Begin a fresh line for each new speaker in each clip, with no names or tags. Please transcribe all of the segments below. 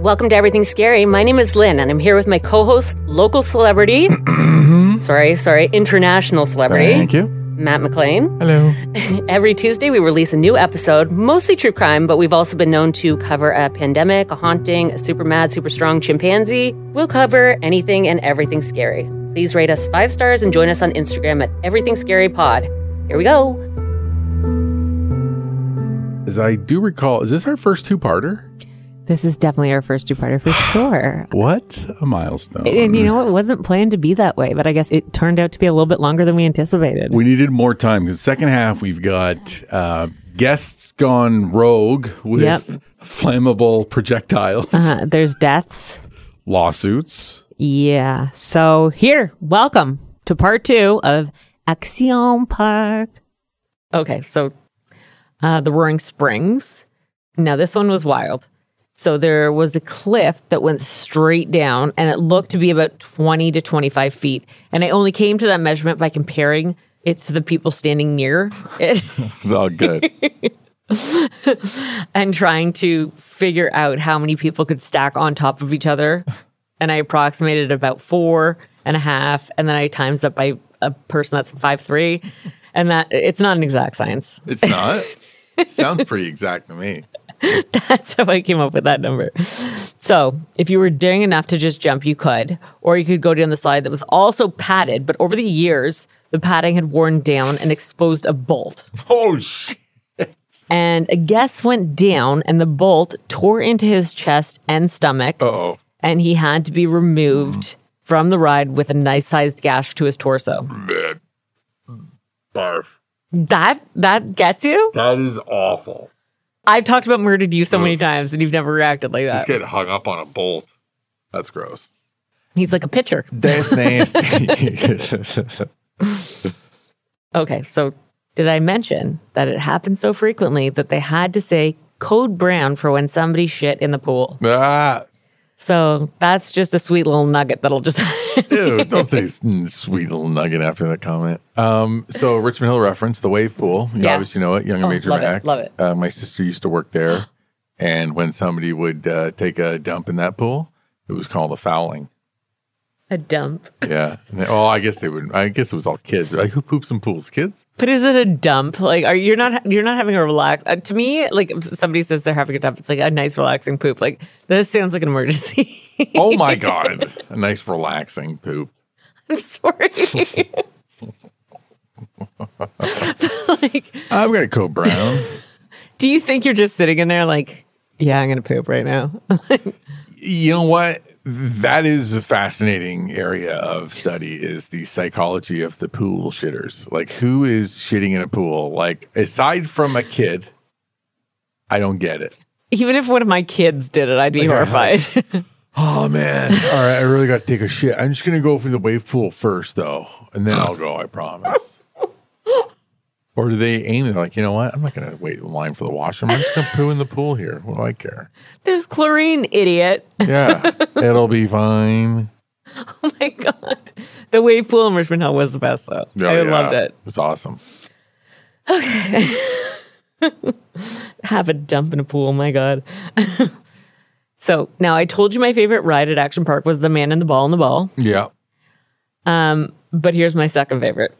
Welcome to Everything Scary. My name is Lynn, and I'm here with my co host, local celebrity, Mm-hmm. sorry, sorry, international celebrity,
Thank you.
Matt McLean.
Hello.
Every Tuesday, we release a new episode, mostly true crime, but we've also been known to cover a pandemic, a haunting, a super mad, super strong chimpanzee. We'll cover anything and everything scary. Please rate us five stars and join us on Instagram at Everything Scary Pod. Here we go.
As I do recall, is this our first two-parter?
This is definitely our first two-parter for sure.
What a milestone.
And you know, it wasn't planned to be that way, but I guess it turned out to be a little bit longer than we anticipated.
we needed more time because second half we've got uh, guests gone rogue with
Yep.
flammable projectiles,
Uh, there's deaths.
lawsuits.
Yeah. So here, welcome to part two of Action Park. Okay, so uh, the Roaring Springs. Now this one was wild. So there was a cliff that went straight down, and it looked to be about twenty to twenty-five feet. And I only came to that measurement by comparing it to the people standing near it.
Oh, good.
and trying to figure out how many people could stack on top of each other. And I approximated about four and a half, and then I times that by a person that's five three, and that it's not an exact science.
it's not. Sounds pretty exact to me.
That's how I came up with that number. So if you were daring enough to just jump, you could, or you could go down the slide that was also padded. But over the years, the padding had worn down and exposed a bolt.
Oh, sh-
And a guest went down, and the bolt tore into his chest and stomach.
oh,
and he had to be removed from the ride with a nice sized gash to his torso.
man. barf.
That that gets you?
That is awful.
I've talked about murder to you so many times and you've never reacted like that.
get hung up on a bolt. That's gross.
He's like a pitcher.
That's nasty.
Okay, so did I mention that it happened so frequently that they had to say code brown for when somebody shit in the pool?
ah.
So that's just a sweet little nugget that'll just
Ew, don't say s- mm, sweet little nugget after that comment. Um, so Richmond Hill reference, the wave pool. You
Yeah.
obviously know it, Young and
Oh,
Major
love it,
Mac.
love it.
Uh, my sister used to work there, and when somebody would uh, take a dump in that pool, it was called a fouling.
a dump.
Yeah. And they- oh, I guess they would. I guess it was all kids. Like who poops in pools? Kids.
But is it a dump? Like, are you're not you're not having a relax? Uh, to me, like if somebody says they're having a dump, it's like a nice relaxing poop. Like this sounds like an emergency.
Oh my god, a nice relaxing poop.
I'm sorry. like,
I've got a coat brown.
do you think you're just sitting in there like, yeah, I'm gonna poop right now?
you know what that is a fascinating area of study is the psychology of the pool shitters like who is shitting in a pool like aside from a kid i don't get it
Even if one of my kids did it, I'd be horrified.
oh man all right i really gotta take a shit i'm just gonna go for the wave pool first though and then i'll go i promise or do they aim it like you know what i'm not gonna wait in line for the washroom i'm just gonna poo in the pool here what do i care
There's chlorine, idiot.
yeah it'll be fine
Oh my god, the wave pool in Richmond Hill was the best though.
Yeah,
I
Oh, yeah.
loved it.
it was awesome
have a dump in a pool. My God. so now I told you my favorite ride at Action Park was the man in the ball in the ball.
yeah
Um, but here's my second favorite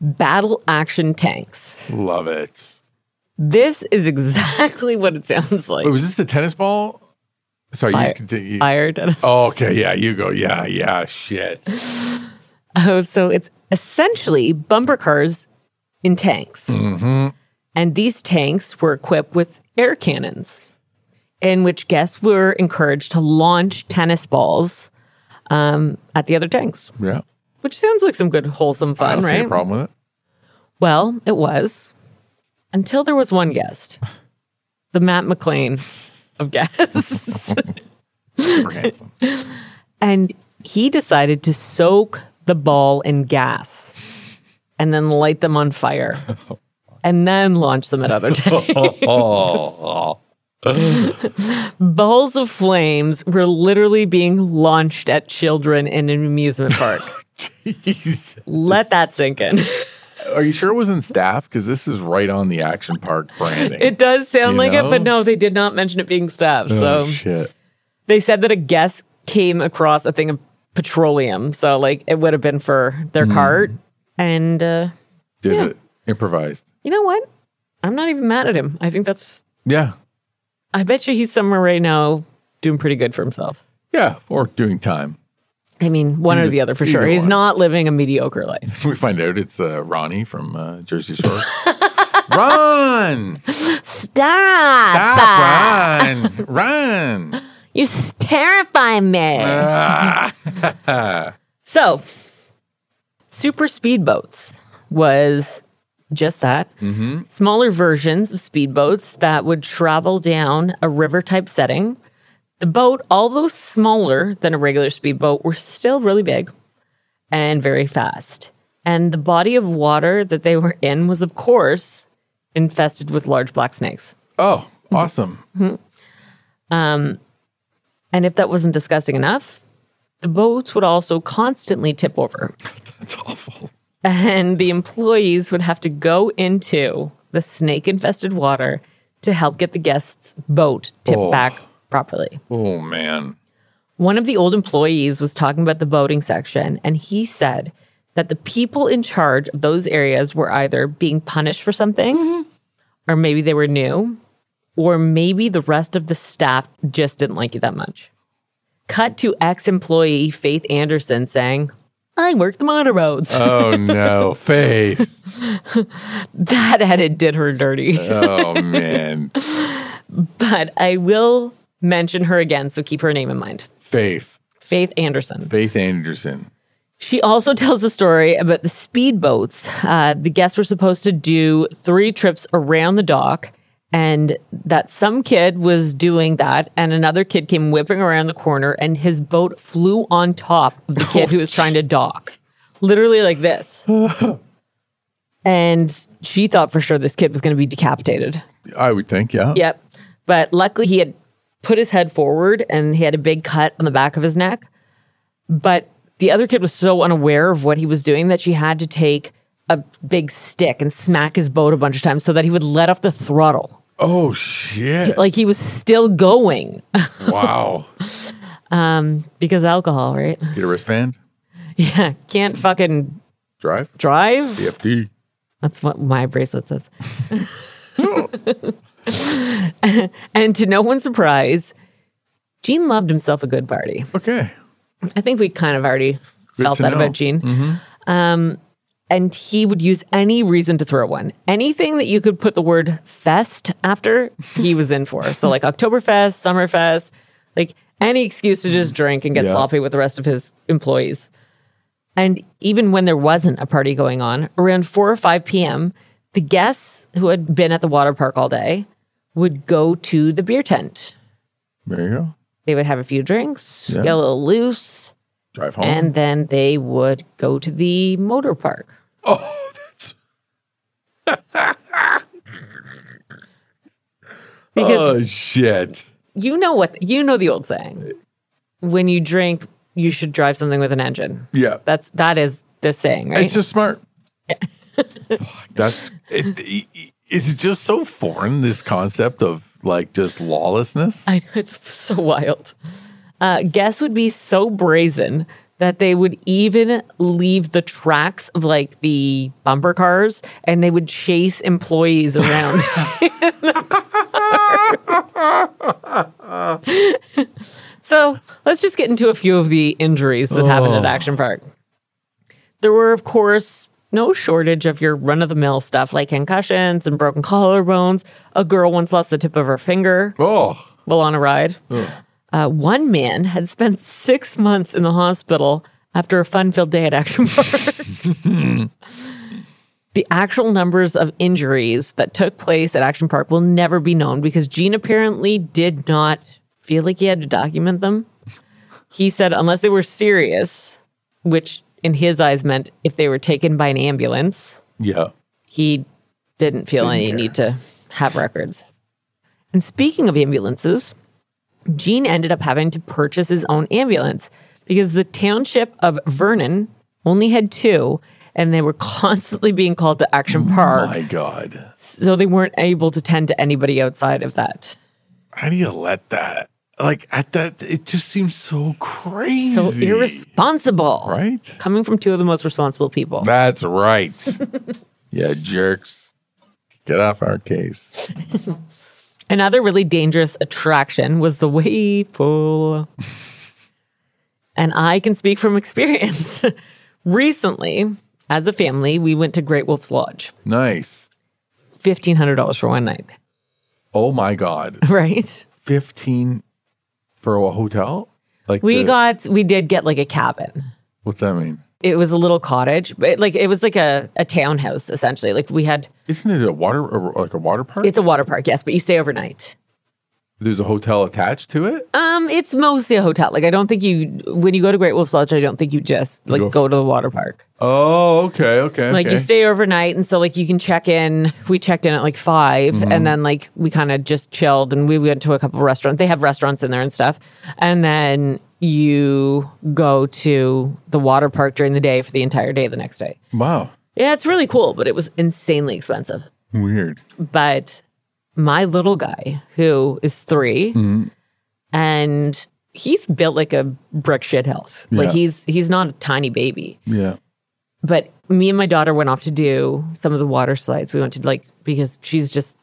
Battle Action Tanks.
Love it.
This is exactly what it sounds like.
Wait, was Oh, this the tennis ball? Sorry,
Fire-
you continue.
Fired. at us.
Oh, okay, yeah, you go. Yeah, yeah, shit.
Oh, so it's essentially bumper cars in tanks. And these tanks were equipped with air cannons, in which guests were encouraged to launch tennis balls um, at the other tanks.
Yeah.
Which sounds like some good wholesome
I
fun,
don't see a
right?
problem with it.
Well, it was until there was one guest, the Matt McLean of guests,
Super handsome.
and he decided to soak the ball in gas and then light them on fire. And then launch them at other tanks.
Oh,
Balls of flames were literally being launched at children in an amusement park.
jeez.
Let that sink in.
Are you sure it wasn't staff? Because this is right on the Action Park branding.
It does sound
You
like it, but
know?
no, they did not mention it being stabbed. so
oh, shit.
They said that a guest came across a thing of petroleum, so like it would have been for their
Hmm.
cart. And uh,
Did
Yeah.
it improvised?
you know what? I'm not even mad at him. I think that's.
Yeah,
I bet you he's somewhere right now doing pretty good for himself.
yeah, or doing time.
I mean, one or
Either-
the other for
either
sure. He's
one.
not living a mediocre life.
We find out it's uh, Ronnie from uh, Jersey Shore. run,
Stop!
stop, run, run.
You terrify me. so, super speedboats was just that smaller versions of speedboats that would travel down a river type setting. The boat, although smaller than a regular speedboat, were still really big and very fast. And the body of water that they were in was, of course, infested with large black snakes.
Oh, awesome.
And if that wasn't disgusting enough, the boats would also constantly tip over.
That's awful.
And the employees would have to go into the snake infested water to help get the guests' boat tipped
Oh.
back properly.
Oh man.
One of the old employees was talking about the boating section, and he said that the people in charge of those areas were either being punished for something, or maybe they were new, or maybe the rest of the staff just didn't like you that much. Cut to ex employee Faith Anderson saying, I work the motorboats.
Oh no, Faye.
that edit did her dirty.
Oh man,
but I will mention her again, so keep her name in mind
Faith,
Faith Anderson.
Faith Anderson.
She also tells a story about the speedboats. Uh, the guests were supposed to do three trips around the dock, and that some kid was doing that, and another kid came whipping around the corner, and his boat flew on top of the kid who was trying to dock, literally like this. and she thought for sure this kid was going to be decapitated.
I would think, yeah.
Yep. But luckily, he had put his head forward and he had a big cut on the back of his neck. But the other kid was so unaware of what he was doing that she had to take a big stick and smack his boat a bunch of times so that he would let off the throttle.
Oh shit!
Like he was still going
Wow.
because alcohol, right?
Get a wristband.
Yeah. Can't fucking
Drive.
drive.
DFD.
That's what my bracelet says. and to no one's surprise, Gene loved himself a good party.
Okay.
I think we kind of already felt
to
that
know. Mm-hmm.
about Gene. Um, and he would use any reason to throw one. Anything that you could put the word fest after, he was in for. So, like Oktoberfest, Summerfest, like any excuse to just drink and get
Yeah.
sloppy with the rest of his employees. And even when there wasn't a party going on, around 4 or 5 p.m., the guests who had been at the water park all day would go to the beer tent.
There you go.
They would have a few drinks,
Yeah.
get a little loose,
Drive home.
and then they would go to the motor park.
oh, that's
Because
oh shit.
you know what you know the old saying. When you drink, you should drive something with an engine.
Yeah.
That's that is the saying, right?
It's just smart. Fuck, that's it, it, it's just so foreign this concept of like just lawlessness.
I know it's so wild. Uh, guests would be so brazen that they would even leave the tracks of like the bumper cars and they would chase employees around. in the cars. so let's just get into a few of the injuries that happened at Action Park. There were, of course, no shortage of your run of the mill stuff like concussions and broken collarbones. A girl once lost the tip of her finger
oh.
while on a ride. Uh, one man had spent six months in the hospital after a fun filled day at Action Park. the actual numbers of injuries that took place at Action Park will never be known because Gene apparently did not feel like he had to document them. He said, unless they were serious, which in his eyes meant if they were taken by an ambulance
Yeah.
he didn't feel any
care.
need to have records. And speaking of ambulances, Gene ended up having to purchase his own ambulance because the township of Vernon only had two and they were constantly being called to Action Park.
My God.
So they weren't able to tend to anybody outside of that.
How do you let that like at that, it just seems so crazy.
So irresponsible.
Right?
Coming from two of the most responsible people.
That's right. yeah, jerks. Get off our case.
Another really dangerous attraction was the wave pool. and I can speak from experience. Recently, as a family, we went to Great Wolf's Lodge.
Nice.
$1,500 for one night,
Oh my God.
right?
15 for a hotel? Like,
We
the-
got, we did get like a cabin.
what's that mean?
It was a little cottage, but like it was like a, a townhouse essentially. Like we had,
Isn't it a water, a, like a water park?
it's a water park, yes, but you stay overnight.
There's a hotel attached to it?
Um, it's mostly a hotel. Like I don't think you, when you go to Great Wolf's Lodge, I don't think you just like
go-
go to the water park.
Oh, okay, okay.
Like
okay.
you stay overnight, and so like you can check in. We checked in at like 5
Mm-hmm.
and then like we kind of just chilled, and we went to a couple restaurants. They have restaurants in there and stuff, and then you go to the water park during the day for the entire day the next day.
Wow.
Yeah, it's really cool, but it was insanely expensive.
Weird.
But my little guy, who is 3
Mm-hmm.
and he's built like a brick shit house. Like
Yeah.
he's he's not a tiny baby
Yeah.
but me and my daughter went off to do some of the water slides. We went to like because she's just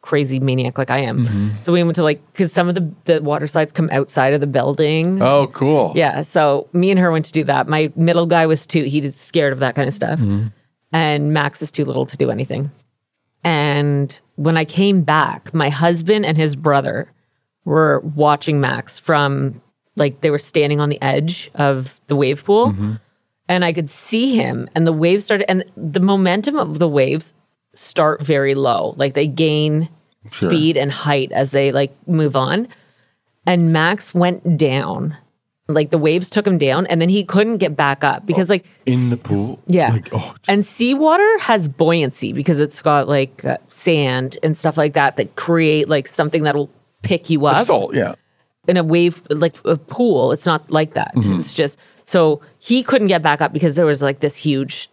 crazy maniac like I am. So we went to like because some of the the water slides come outside of the building.
Oh, cool.
Yeah, so me and her went to do that. My middle guy was too he's scared of that kind of stuff.
Mm-hmm.
And Max is too little to do anything. And when I came back, my husband and his brother were watching Max from like they were standing on the edge of the wave pool.
Mm-hmm.
And I could see him and the waves started and the momentum of the waves start very low. Like they gain
Sure.
speed and height as they like move on. And Max went down. Like the waves took him down and then he couldn't get back up because like
Oh, In the pool?
yeah.
Like, oh,
and seawater has buoyancy because it's got like uh, sand and stuff like that that create like something that'll pick you up.
salt. Yeah.
In a wave, like a pool, it's not like that.
Mm-hmm.
It's just so he couldn't get back up because there was like this huge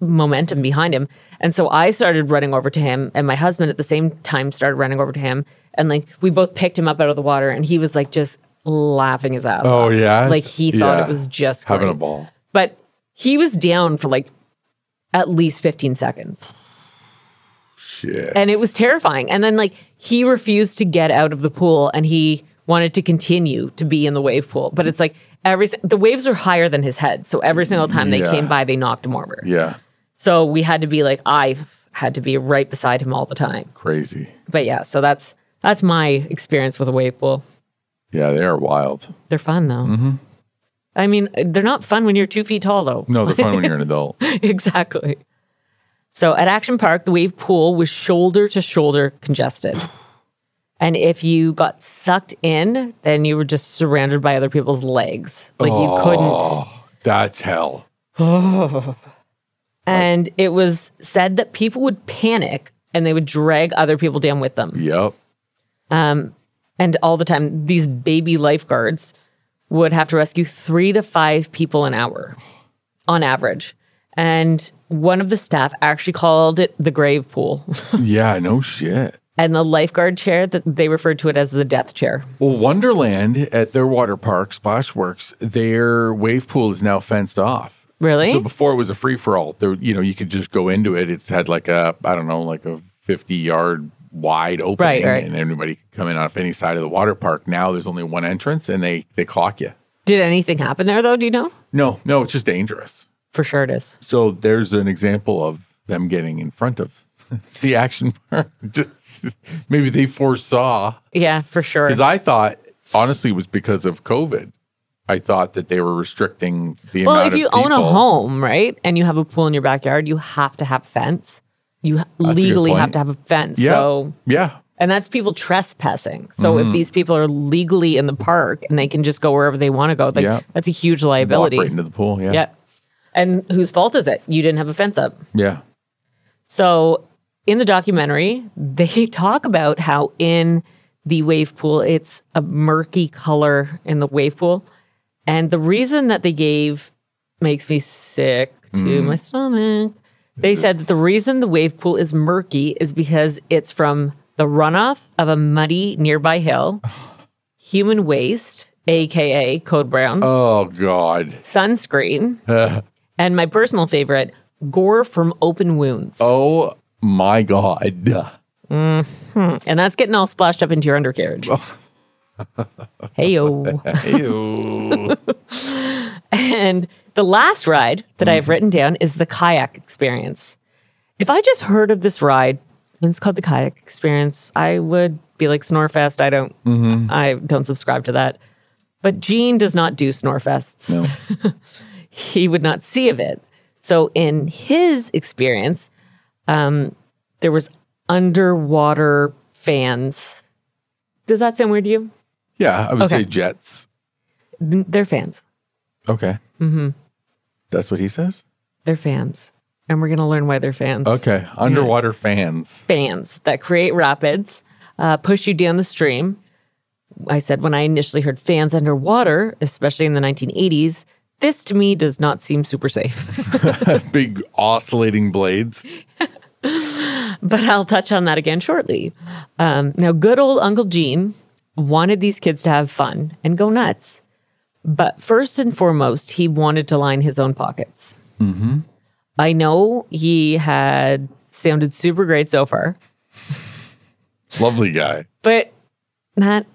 momentum behind him. And so I started running over to him, and my husband at the same time started running over to him. And like we both picked him up out of the water, and he was like just laughing his ass
Oh,
off.
yeah?
Like he thought
Yeah.
it was just
Having a
great
ball.
but he was down for like at least 15 seconds
Shit.
and it was terrifying and then like he refused to get out of the pool and he wanted to continue to be in the wave pool but it's like every si- the waves are higher than his head so every single time
Yeah.
they came by they knocked him over
yeah.
so we had to be like i had to be right beside him all the time
Crazy.
but yeah so that's that's my experience with a wave pool
Yeah, they are wild.
they're fun though i mean they're not fun when you're two feet tall though
No, they're fun when you're an adult.
exactly. So at Action Park, the wave pool was shoulder to shoulder congested. And if you got sucked in, then you were just surrounded by other people's legs. Like you couldn't.
Oh, that's hell.
And it was said that people would panic and they would drag other people down with them.
Yep.
And all the time, these baby lifeguards would have to rescue three to five people an hour on average. And one of the staff actually called it the grave pool.
Yeah, no shit.
and the lifeguard chair that they referred to it as the death chair.
Well, Wonderland at their water park, Splashworks, their wave pool is now fenced off.
Really?
So before it was a free for all. There, you know, you could just go into it. It's had like a, I don't know, like a fifty-yard wide opening,
Right, right.
and anybody could come in off any side of the water park. Now there's only one entrance, and they they clock you.
Did anything happen there though? Do you know?
No, no, it's just dangerous.
For sure it is.
So there's an example of them getting in front of. See action park. Just maybe they foresaw
Yeah, for sure.
because I thought honestly it was because of COVID. I thought that they were restricting the
well,
amount
if you
of
own a
people.
home, right, and you have a pool in your backyard, you have to have fence. You ha-
a good
legally have
point.
to have a fence.
yeah,
So
yeah,
and that's people trespassing. So
Mm-hmm.
if these people are legally in the park and they can just go wherever they want to go, like
Yeah.
that's a huge
walk
liability.
right into the pool. Yeah,
yeah. And whose fault is it? You didn't have a fence up.
yeah.
So in the documentary, they talk about how in the wave pool, it's a murky color in the wave pool. And the reason that they gave makes me sick to my stomach. They said that the reason the wave pool is murky is because it's from the runoff of a muddy nearby hill, human waste, aka code brown,
Oh God.
sunscreen,
Uh,
and my personal favorite, gore from open wounds.
oh my God.
And that's getting all splashed up into your undercarriage. Heyo.
Ew.
And the last ride that I've written down is the kayak experience. If I just heard of this ride and it's called the kayak experience, I would be like Snorefest. I don't I don't subscribe to that. But Gene does not do Snorefests.
No.
He would not see of it. So in his experience, um, there was underwater fans. Does that sound weird to you?
Yeah, I would
Okay.
say jets.
They're fans.
Okay. Mm-hmm. That's what he says.
They're fans. And we're gonna learn why they're fans.
Okay. Underwater fans.
fans that create rapids uh, push you down the stream. I said when I initially heard fans underwater, especially in the 1980s, this to me does not seem super safe.
Big oscillating blades.
but I'll touch on that again shortly. Um, now, good old Uncle Gene wanted these kids to have fun and go nuts. But first and foremost, he wanted to line his own pockets. I know he had sounded super great so far,
Lovely guy.
but Matt,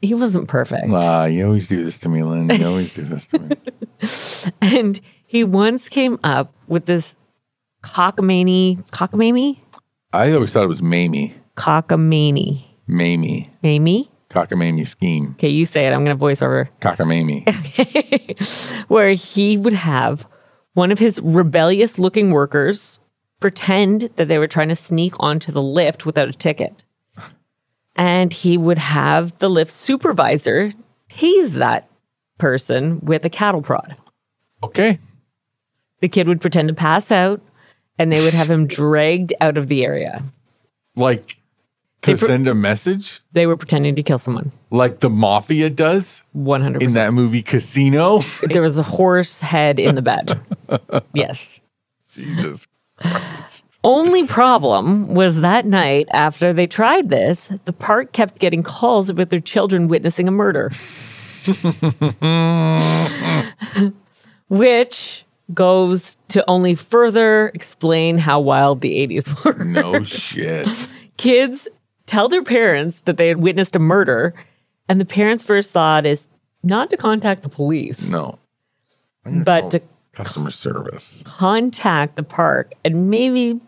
he wasn't perfect.
Ah, you always do this to me, Lynn. You always do this to me.
And he once came up with this cockamamie, cockamamie,
I always thought it was Mamie.
cockamamie,
Mamie.
mamie.
Cockamamie scheme.
Okay, you say it. I'm going to voice over.
Cockamamie.
Where he would have one of his rebellious looking workers pretend that they were trying to sneak onto the lift without a ticket. And he would have the lift supervisor tase that person with a cattle prod.
Okay.
The kid would pretend to pass out and they would have him dragged out of the area.
Like to
They pro-
send a message
They were pretending to kill someone.
like the mafia does
100%.
in that movie Casino.
there was a horse head in the bed. yes.
Jesus.
Only problem was that night after they tried this, the park kept getting calls about their children witnessing a murder. Which goes to only further explain how wild the 80s were.
No shit.
Kids tell their parents that they had witnessed a murder, and the parents' first thought is not to contact the police,
No.
but to
Customer service.
contact the park and maybe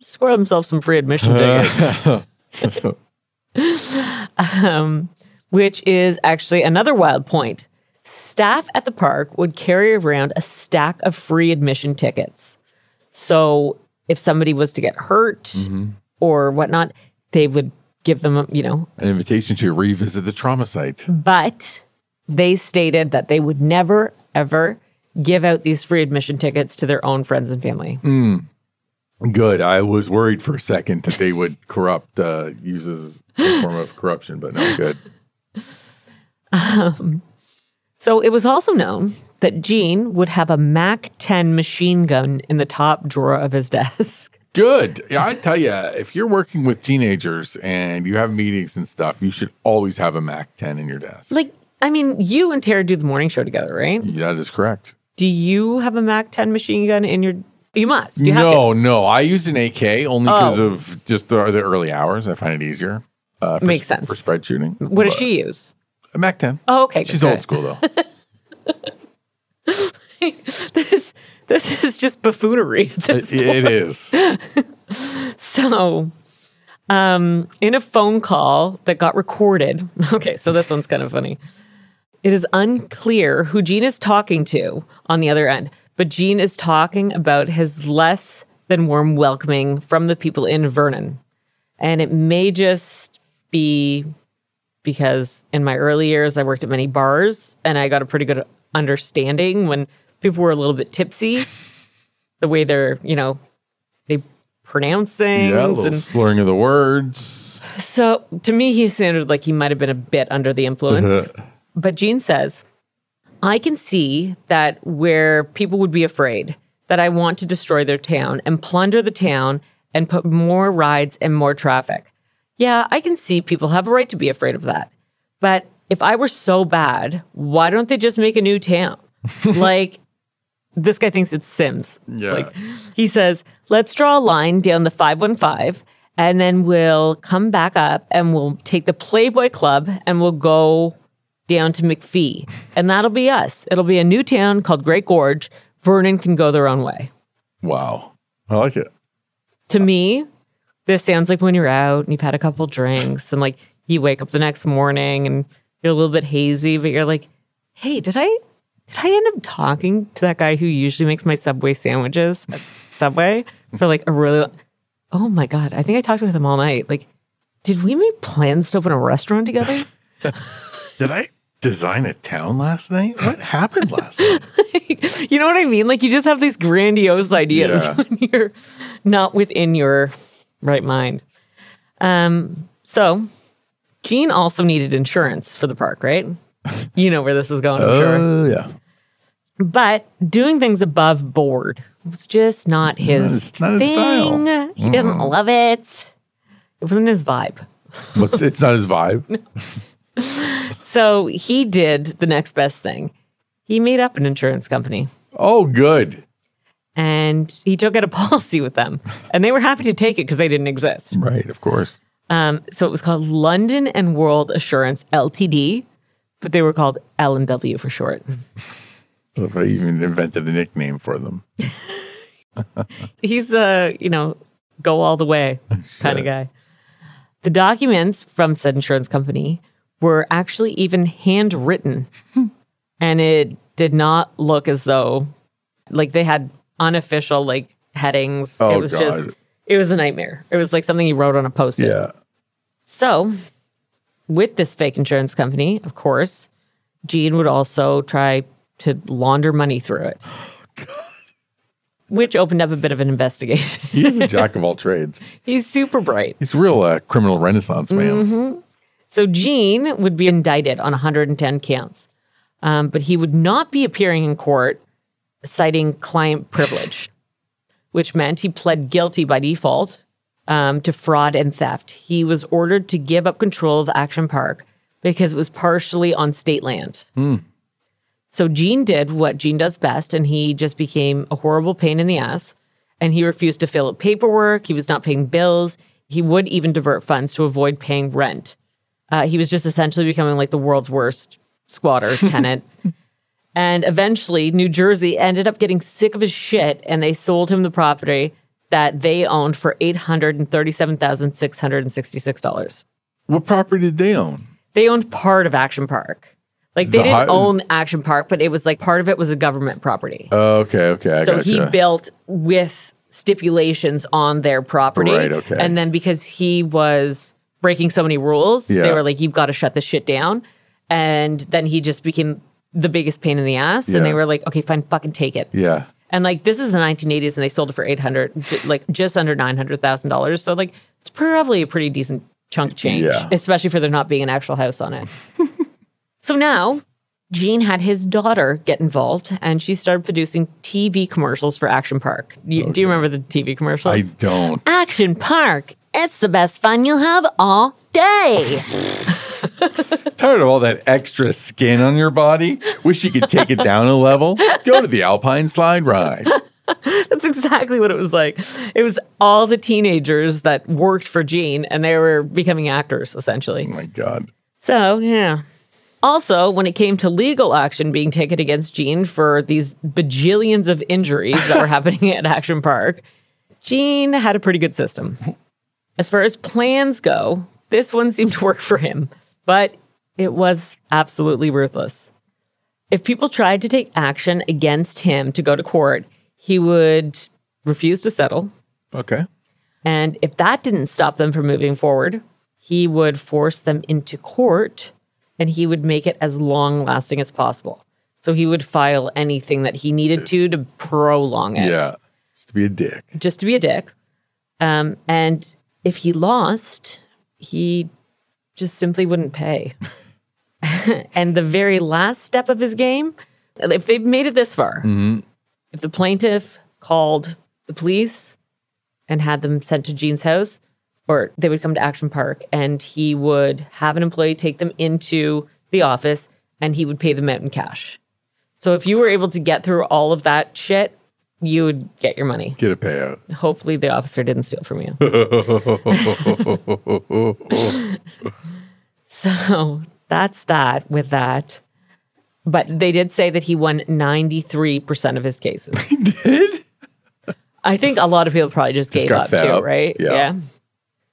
score themselves some free admission tickets. um, which is actually another wild point. Staff at the park would carry around a stack of free admission tickets. So if somebody was to get hurt or whatnot, they would give them, you know,
An invitation to revisit the trauma site.
but they stated that they would never, ever give out these free admission tickets to their own friends and family.
Mm. Good. I was worried for a second that they would corrupt, uh, use as a form of corruption, but no good.
So it was also known that Gene would have a MAC 10 machine gun in the top drawer of his desk.
Good. Yeah, I tell you, if you're working with teenagers and you have meetings and stuff, you should always have a Mac 10 in your desk.
Like, I mean, you and Tara do the morning show together, right?
that is correct.
Do you have a MAC 10 machine gun in your? You must. You have to.
no, no. I use an AK only because
Oh.
of just the, the early hours. I find it easier. Uh, for,
Makes
s-
sense.
For spread shooting.
What does she use?
A Mac 10.
Oh, okay. good,
She's
good.
old school, though.
This this is just buffoonery. at this
it, it is.
So, um, in a phone call that got recorded, okay, so this one's kind of funny. It is unclear who Gene is talking to on the other end, but Gene is talking about his less than warm welcoming from the people in Vernon. And it may just be because in my early years, I worked at many bars and I got a pretty good understanding when people were a little bit tipsy, the way they're, you know, they pronounce things
Yeah, a little
and
slurring of the words.
so to me, he sounded like he might have been a bit under the influence. but Gene says, I can see that where people would be afraid that I want to destroy their town and plunder the town and put more rides and more traffic. Yeah, I can see people have a right to be afraid of that. But if I were so bad, why don't they just make a new town? like, this guy thinks it's Sims.
Yeah.
Like, he says, let's draw a line down the 515 and then we'll come back up and we'll take the Playboy Club and we'll go down to McPhee. And that'll be us. It'll be a new town called Great Gorge. Vernon can go their own way.
Wow. I like it.
To me, this sounds like when you're out and you've had a couple drinks and like you wake up the next morning and you're a little bit hazy, but you're like, hey, did I did I end up talking to that guy who usually makes my Subway sandwiches at Subway for like a really Oh my God. I think I talked with him all night. Like, did we make plans to open a restaurant together?
Did I design a town last night? What happened last night?
you know what I mean? Like you just have these grandiose ideas
Yeah.
when you're not within your right mind. Um, so Gene also needed insurance for the park, right? You know where this is going, I'm sure.
Uh, yeah.
But doing things above board was just not his
it's not his style.
thing. He didn't love it. It wasn't his vibe.
What's, it's not his vibe.
So he did the next best thing. He made up an insurance company.
Oh, good.
and he took out a policy with them, and they were happy to take it because they didn't exist.
Right. Of course.
Um, so it was called London and World Assurance Ltd, but they were called L and W for short.
If I even invented a nickname for them.
He's a you know go all the way kind of guy. The documents from said insurance company were actually even handwritten,
Hmm.
and it did not look as though like they had unofficial like headings.
Oh,
it was
God.
just it was a nightmare. It was like something you wrote on a post. it
Yeah.
So, with this fake insurance company, of course, Gene would also try to launder money through it. Which opened up a bit of an investigation.
He is a jack of all trades.
He's super bright.
He's a real uh, criminal renaissance man.
So Gene would be indicted on 110 counts, um, but he would not be appearing in court citing client privilege, which meant he pled guilty by default um, to fraud and theft. He was ordered to give up control of Action Park because it was partially on state land. So Gene did what Gene does best, and he just became a horrible pain in the ass. And he refused to fill out paperwork. He was not paying bills. He would even divert funds to avoid paying rent. Uh, he was just essentially becoming like the world's worst squatter tenant. and eventually, New Jersey ended up getting sick of his shit, and they sold him the property that they owned for eight hundred and thirty-seven thousand six hundred and sixty-six dollars.
What property did they own?
They owned part of Action Park. Like they
The
didn't
hi-
own Action Park, but it was like part of it was a government property.
Oh, okay. Okay. I
so
gotcha.
he built with stipulations on their property.
Right, okay.
And then because he was breaking so many rules, they
Yeah.
were like, you've got to shut this shit down. And then he just became the biggest pain in the ass. And they
Yeah.
were like, okay, fine, fucking take it.
yeah.
And like, this is the 1980s and they sold it for 800, j- like just under $900,000. So like, it's probably a pretty decent chunk change,
Yeah.
especially for there not being an actual house on it. so now Gene had his daughter get involved and she started producing TV commercials for Action Park. You, Do you remember the TV commercials?
Oh, I don't.
Action Park. It's the best fun you'll have all day.
Tired of all that extra skin on your body? Wish you could take it down a level? Go to the Alpine Slide Ride.
That's exactly what it was like. It was all the teenagers that worked for Gene and they were becoming actors essentially.
Oh my God.
So, yeah. Also, when it came to legal action being taken against Gene for these bajillions of injuries that were happening at Action Park, Gene had a pretty good system. As far as plans go, this one seemed to work for him, but it was absolutely ruthless. If people tried to take action against him to go to court, he would refuse to settle.
Okay.
And if that didn't stop them from moving forward, he would force them into court and he would make it as long lasting as possible. So he would file anything that he needed to to prolong it
Yeah. Just to be a dick.
just to be a dick. Um, and if he lost, he just simply wouldn't pay. and the very last step of his game, if they've made it this far, if the plaintiff called the police and had them sent to Gene's house, or they would come to Action Park and he would have an employee take them into the office and he would pay them out in cash. So if you were able to get through all of that shit, you would get your money.
Get a payout.
Hopefully the officer didn't steal from you. So that's that with that. But they did say that he won 93% of his cases. He did? I think a lot of people probably just, gave
got
up
fed
too,
up.
right?
Yeah.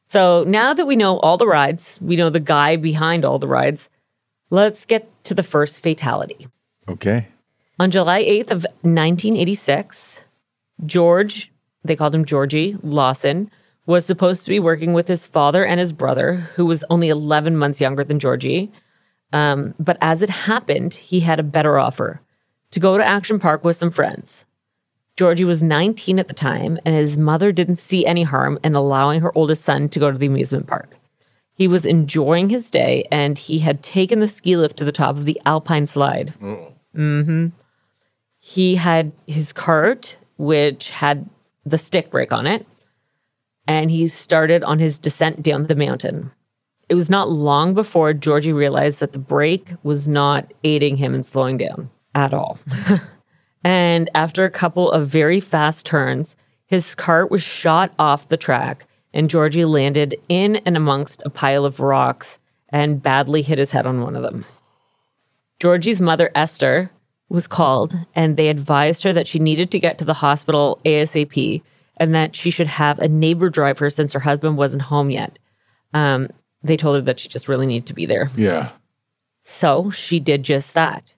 So now that we know all the rides, we know the guy behind all the rides, let's get to the first fatality.
okay.
On July 8th of 1986, George, they called him Georgie Lawson, was supposed to be working with his father and his brother, who was only 11 months younger than Georgie. Um, but as it happened, he had a better offer to go to Action Park with some friends. Georgie was 19 at the time, and his mother didn't see any harm in allowing her oldest son to go to the amusement park. He was enjoying his day, and he had taken the ski lift to the top of the Alpine slide he had his cart, which had the stick brake on it, and he started on his descent down the mountain. It was not long before Georgie realized that the brake was not aiding him in slowing down at all. and after a couple of very fast turns, his cart was shot off the track, and Georgie landed in and amongst a pile of rocks and badly hit his head on one of them. Georgie's mother, Esther, was called and they advised her that she needed to get to the hospital ASAP and that she should have a neighbor drive her since her husband wasn't home yet. Um, they told her that she just really needed to be there.
Yeah.
So she did just that.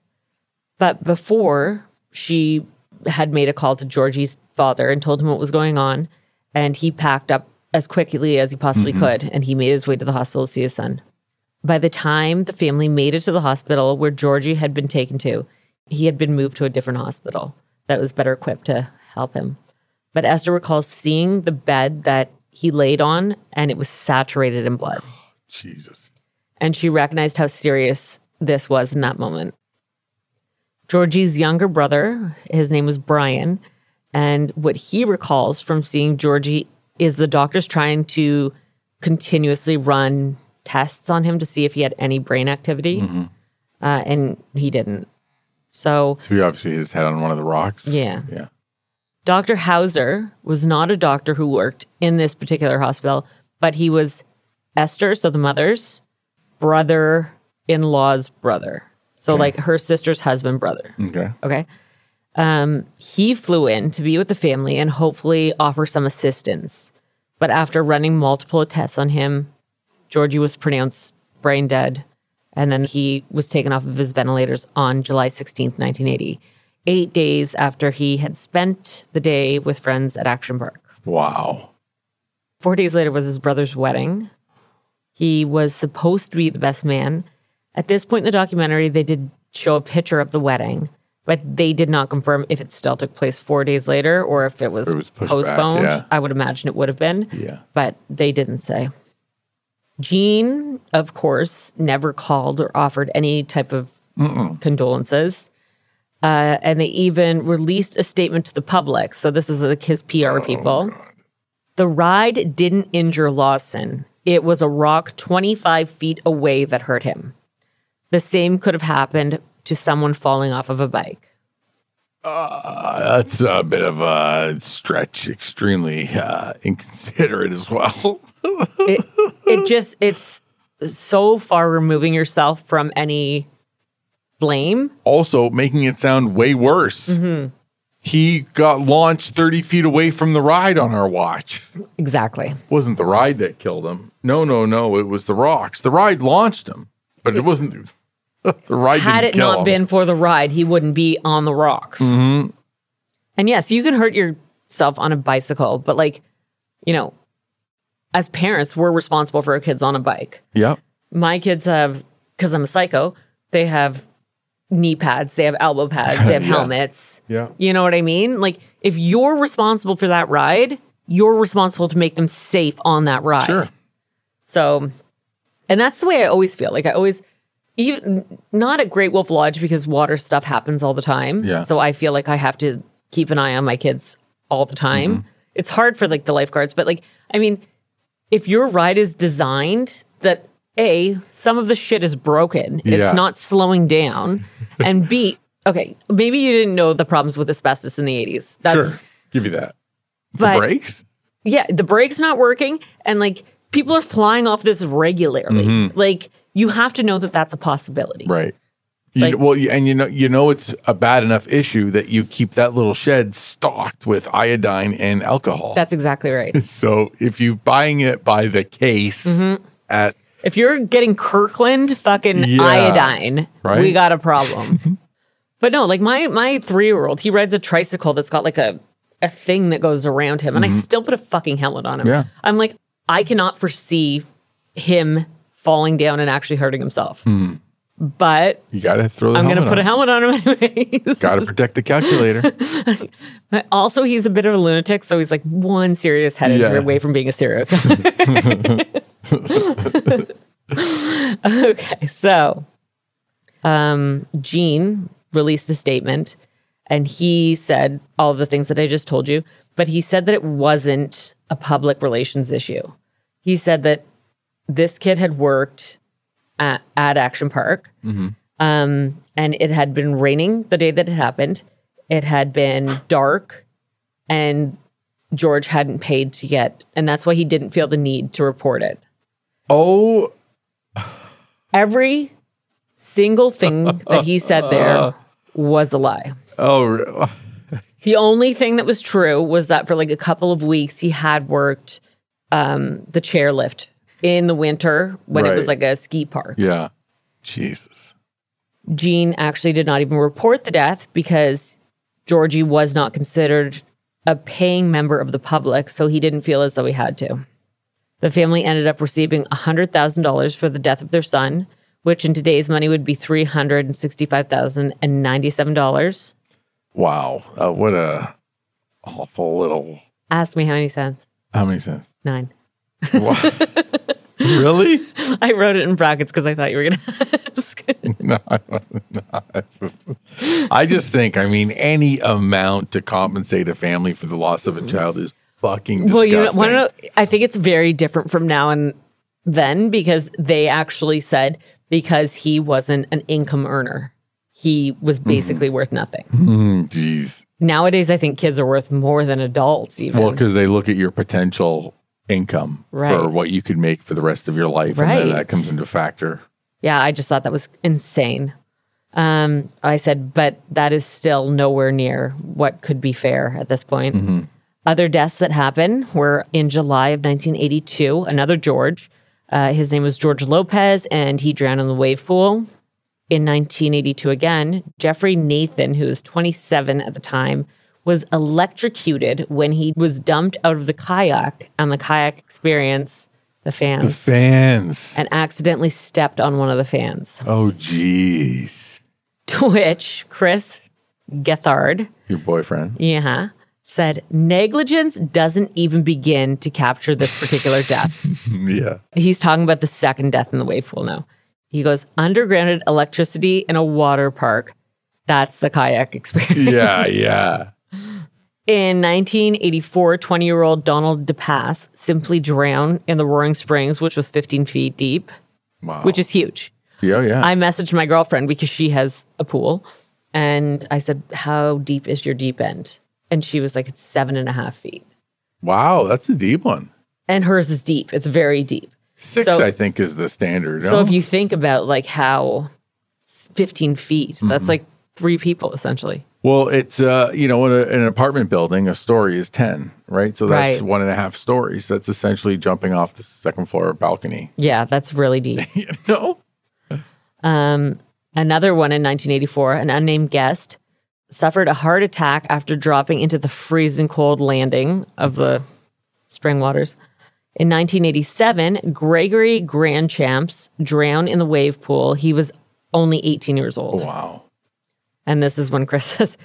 But before she had made a call to Georgie's father and told him what was going on, and he packed up as quickly as he possibly could and he made his way to the hospital to see his son. By the time the family made it to the hospital where Georgie had been taken to, he had been moved to a different hospital that was better equipped to help him. But Esther recalls seeing the bed that he laid on and it was saturated in blood
Jesus.
and she recognized how serious this was in that moment. Georgie's younger brother, his name was Brian, and what he recalls from seeing Georgie is the doctors trying to continuously run tests on him to see if he had any brain activity, uh, and he didn't. So
So he obviously hit his head on one of the rocks.
Yeah.
Yeah.
Dr. Hauser was not a doctor who worked in this particular hospital, but he was Esther, so the mother's brother in law's brother. So, like her sister's husband, brother.
Okay.
Okay. Um, he flew in to be with the family and hopefully offer some assistance. But after running multiple tests on him, Georgie was pronounced brain dead. And then he was taken off of his ventilators on July 16th, 1980, eight days after he had spent the day with friends at Action Park.
Wow.
Four days later was his brother's wedding. He was supposed to be the best man. At this point in the documentary, they did show a picture of the wedding, but they did not confirm if it still took place four days later or if it was,
It was pushed back,
postponed.
yeah.
I would imagine it would have been,
Yeah.
but they didn't say. Jean, of course, never called or offered any type of condolences. Uh, and they even released a statement to the public. So this is like his PR people. The ride didn't injure Lawson. It was a rock 25 feet away that hurt him. The same could have happened to someone falling off of a bike.
Uh, that's a bit of a stretch, extremely uh, inconsiderate as well.
It, it just, it's so far removing yourself from any blame.
also, making it sound way worse.
Mm-hmm.
He got launched 30 feet away from the ride on our watch.
Exactly.
wasn't the ride that killed him. No, no, no. It was the rocks. The ride launched him, but it wasn't the, the ride.
Had
didn't
it
kill
not
him. Mm-hmm.
been for the ride, he wouldn't be on the rocks. And yes, you can hurt yourself on a bicycle, but like, you know, as parents, we're responsible for our kids on a bike.
Yep.
my kids have because I'm a psycho. They have knee pads, they have elbow pads, they have
Yeah.
helmets.
Yeah.
You know what I mean? Like if you're responsible for that ride, you're responsible to make them safe on that ride.
Sure.
So, and that's the way I always feel. Like I always, even not at Great Wolf Lodge because water stuff happens all the time.
Yeah.
So I feel like I have to keep an eye on my kids all the time.
Mm-hmm.
It's hard for like the lifeguards, but like I mean, if your ride is designed that A, some of the shit is broken.
Yeah.
It's not slowing down. And B, okay, maybe you didn't know the problems with asbestos in the 80s. That's
sure. Give you that.
But-
the brakes?
yeah, the brake's not working and like people are flying off this regularly. Like you have to know that that's a possibility.
Mm-hmm. Right. You,
Like-
well, you, and you know, you know, it's a bad enough issue that you keep that little shed stocked with iodine and alcohol.
That's exactly right.
so if you're buying it by the case
Mm-hmm.
at
If you're getting Kirkland fucking
Yeah,
iodine,
right?
we got a problem. but no, like my my three year old, he rides a tricycle that's got like a a thing that goes around him, and I still put a fucking helmet on him.
Mm-hmm. Yeah.
I'm like, I cannot foresee him falling down and actually hurting himself. But
you got to throw. The
I'm gonna put a
Hmm. helmet.
helmet on him anyways.
Got to protect the calculator.
But also, he's a bit of a lunatic, so he's like one serious head
Yeah.
injury away from being a serial killer. okay, so um, Gene released a statement, and he said all the things that I just told you, but he said that it wasn't a public relations issue. He said that this kid had worked at, at Action Park. Um, and it had been raining the day that it happened. It had been dark, and George hadn't paid to get, and that's why he didn't feel the need to report it.
oh,
Every single thing that he said there was a lie.
oh, re-
The only thing that was true was that for like a couple of weeks he had worked um, the chairlift in the winter when it was
Right.
like a ski park.
yeah. Jesus.
Gene actually did not even report the death because Georgie was not considered a paying member of the public, so he didn't feel as though he had to. The family ended up receiving $100,000 for the death of their son, which in today's money would be $365,097.
Wow. Uh, what a awful little.
Ask me how many cents.
How many cents?
Nine.
Wow. really?
I wrote it in brackets because I thought you were going to ask.
no, I- I just think, I mean, any amount to compensate a family for the loss of a child is fucking
Well,
disgusting.
you know, wanna know, I think it's very different from now and then because they actually said because he wasn't an income earner, he was basically worth nothing.
Mm, Jeez.
Nowadays, I think kids are worth more than adults, even.
Well, because they look at your potential income
Right.
for what you could make for the rest of your life, and then
Right.
that comes into factor.
yeah, I just thought that was insane. Um, I said, but that is still nowhere near what could be fair at this point. Other deaths that happened were in July of 1982. Another George, uh, his name was George Lopez, and he drowned in the wave pool. In 1982, again, Jeffrey Nathan, who was 27 at the time, was electrocuted when he was dumped out of the kayak on the kayak experience, the fans,
The fans.
and accidentally stepped on one of the fans.
Oh, jeez.
To which Chris Gethard,
Your boyfriend.
yeah, said negligence doesn't even begin to capture this particular death.
Yeah.
He's talking about the second death in the wave pool now. He goes undergrounded electricity in a water park. That's the kayak experience.
Yeah. Yeah.
In 1984, 20 year old Donald DePass simply drowned in the Roaring Springs, which was 15 feet deep,
Wow.
which is huge.
yeah. Oh, Yeah.
I messaged my girlfriend because she has a pool. And I said, How deep is your deep end? And she was like, It's seven and a half feet.
wow. That's a deep one.
And hers is deep. It's very deep.
Six,
So-
I think, is the standard.
So
no?
if you think about like how s- 15 feet, that's like three people essentially.
Well, it's uh, you know, in, a, in an apartment building, a story is ten, right? So that's
Right.
one and a half stories. That's essentially jumping off the second floor balcony.
Yeah, that's really deep.
You know?
Um, another one in 1984, an unnamed guest suffered a heart attack after dropping into the freezing cold landing of the spring waters. In 1987, Gregory Grandchamps drowned in the wave pool. He was only 18 years old.
Wow.
And this is when Chris says,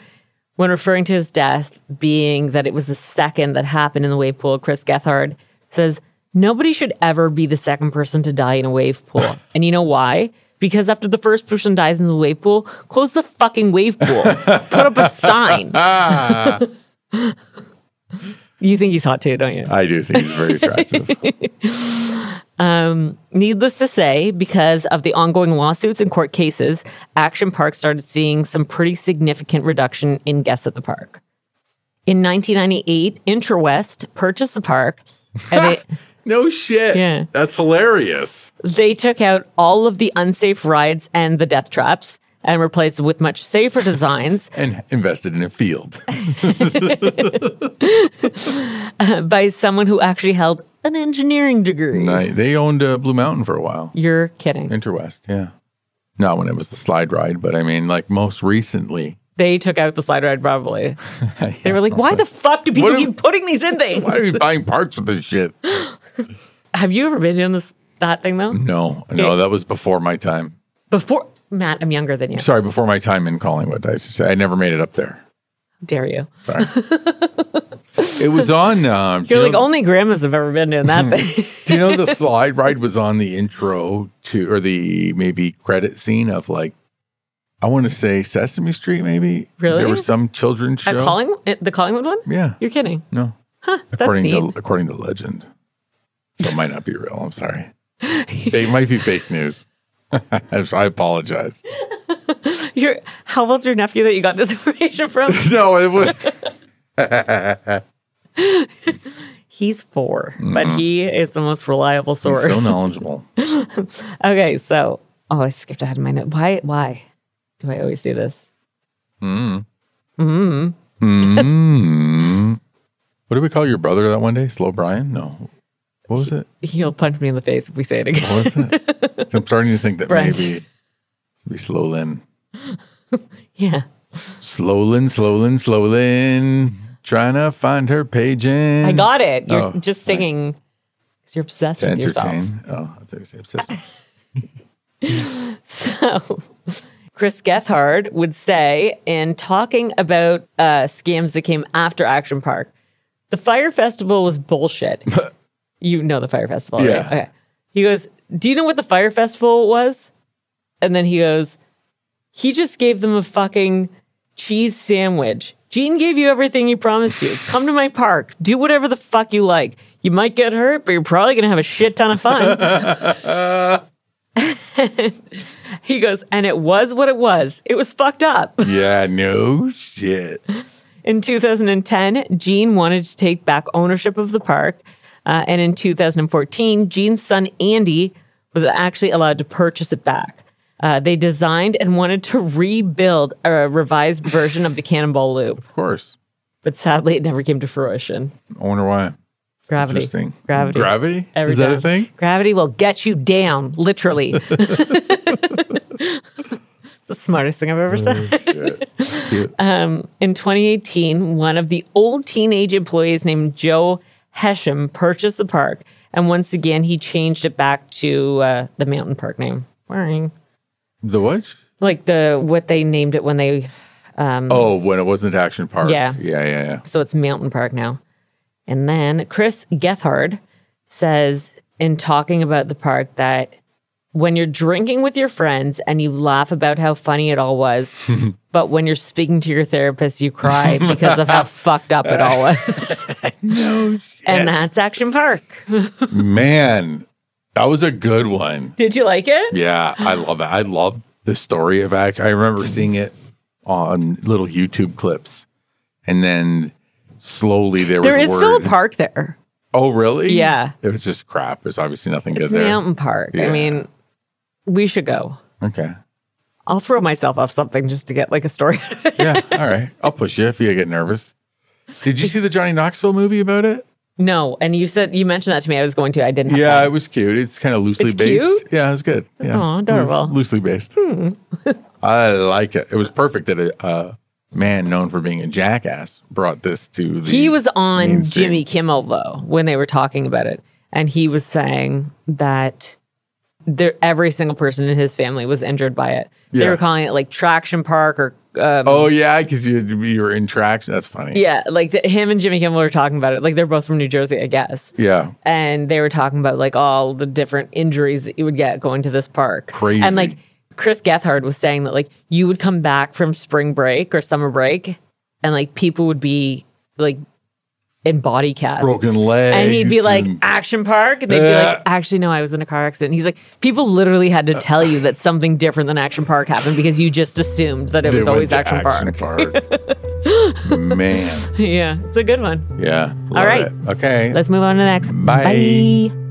when referring to his death being that it was the second that happened in the wave pool, Chris Gethard says, Nobody should ever be the second person to die in a wave pool. and you know why? Because after the first person dies in the wave pool, close the fucking wave pool. Put up a sign.
Ah.
you think he's hot too, don't you?
I do think he's very attractive.
Um, needless to say, because of the ongoing lawsuits and court cases, Action Park started seeing some pretty significant reduction in guests at the park. In 1998, IntraWest purchased the park, and they,
No shit.
Yeah.
That's hilarious.
they took out all of the unsafe rides and the death traps and replaced it with much safer designs
And invested in a field.
by someone who actually held an engineering degree.
I, they owned uh, Blue Mountain for a while.
You're kidding.
Interwest, yeah. Not when it was the slide ride, but I mean, like most recently.
They took out the slide ride probably. They were like, why the fuck do people
What do-
keep putting these in things?
Why are you buying parts with this shit?
Have you ever been in this that thing though?
No, no, that was before my time.
Before Matt, I'm younger than you.
Sorry, before my time in Collingwood. I, should say. I never made it up there.
How dare you?
Sorry. it was on. Um, do
You're
you Hmm.
like "Oh
know-
only grandmas have ever been in that thing.
Do you know the slide ride was on the intro to, or the maybe credit scene of like, I want to say Sesame Street, maybe?
Really?
There was some children's show.
At Colling, at uh, the Collingwood one?
Yeah.
You're kidding.
No.
That's
According
neat.
to according to legend. So it might not be real. I'm sorry. It might be fake news. I'm so- I apologize.
You're, how old's your nephew that you got this information from?
No, it was
He's 4 but he is the most reliable source.
Mm-hmm. so knowledgeable.
okay, so oh, I skipped ahead of my note. Why? Why do I always do this?
Mm. What did we call your brother that one day? Slow Brian? No. What was it?
He'll punch me in the face if we say it again.
What was it? So I'm starting to think that
Brent.
maybe it'd be Slow Lynn.
Yeah,
Slow Lynn, Slow Lynn, Slow Lynn. Trying to find her page in.
I got it. You're
Oh,
just singing. 'cause You're obsessed
To
with yourself.
entertain. Oh, I thought you said obsessed.
So, Chris Gethard would say in talking about uh, scams that came after Action Park, the Fire Festival was bullshit. you know the Fire Festival,
Yeah.
right? Okay. He goes, "Do you know what the Fire Festival was?" And then he goes, "He just gave them a fucking cheese sandwich." Gene gave you everything he promised you. Come to my park. Do whatever the fuck you like. You might get hurt, but you're probably going to have a shit ton of fun. He goes, and it was what it was. It was fucked up.
yeah, no shit.
In 2010, Gene wanted to take back ownership of the park. Uh, and in 2014, Gene's son Andy was actually allowed to purchase it back. Uh, they designed and wanted to rebuild a revised version of the Cannonball Loop,
Of course.
but sadly, it never came to fruition.
I wonder why.
Gravity.
Interesting.
Gravity.
Gravity?
Every
Is that
time.
a thing?
Gravity will get you down, literally. it's the smartest thing I've ever said.
Cute.
Uh, In 2018, one of the old teenage employees named Joe Hesham purchased the park, and once again he changed it back to uh, the mountain park name. Boring.
the what?
Like the what they named it when they,
Oh, when it wasn't Action Park.
Yeah.
Yeah, yeah, yeah.
so it's Mountain Park now. And then Chris Gethard says in talking about the park that when you're drinking with your friends and you laugh about how funny it all was, but when you're speaking to your therapist, you cry because of how fucked up it all was.
No shit.
And that's Action Park.
Man, that was a good one.
Did you like it?
Yeah, I love it. I love the story of Act. I remember seeing it on little YouTube clips, and then slowly there was
There is
word.
still a park there.
Oh, really?
Yeah.
It was just crap. There's obviously nothing
It's
good there.
Mountain Park. I
Yeah.
mean, we should go.
Okay.
I'll throw myself off something just to get like a story.
Yeah. All right. I'll push you if you get nervous. Did you see the Johnny Knoxville movie about it?
no, and you said you mentioned that to me. I was going to. I didn't.
Yeah, it was cute. It's kind of loosely
It's
based.
cute? Oh,
Yeah, it was good. Yeah.
Aw, adorable.
Loose- loosely based.
Hmm.
I like it. It was perfect that a, a man known for being a jackass brought this to the.
He was on
mainstream.
Jimmy Kimmel though when they were talking about it, and he was saying that there every single person in his family was injured by it. They
Yeah.
were calling it like Traction Park or um,
Oh yeah, because you you were in traction. That's funny.
yeah, like the, him and Jimmy Kimmel were talking about it. Like they're both from New Jersey, I guess.
Yeah.
and they were talking about like all the different injuries that you would get going to this park.
Crazy.
And like Chris Gethard was saying that like you would come back from spring break or summer break and like people would be like in body casts.
Broken legs.
And he'd be like,
and-
Action Park. And they'd be
Yeah.
like, Actually, no, I was in a car accident. He's like, People literally had to tell you that something different than Action Park happened because you just assumed that it
They
was
went
always
to
Action, Park.
Park. Man.
yeah, it's a good one.
Yeah.
All
Love
right.
it. Okay.
Let's move on to the next.
Bye.
Bye.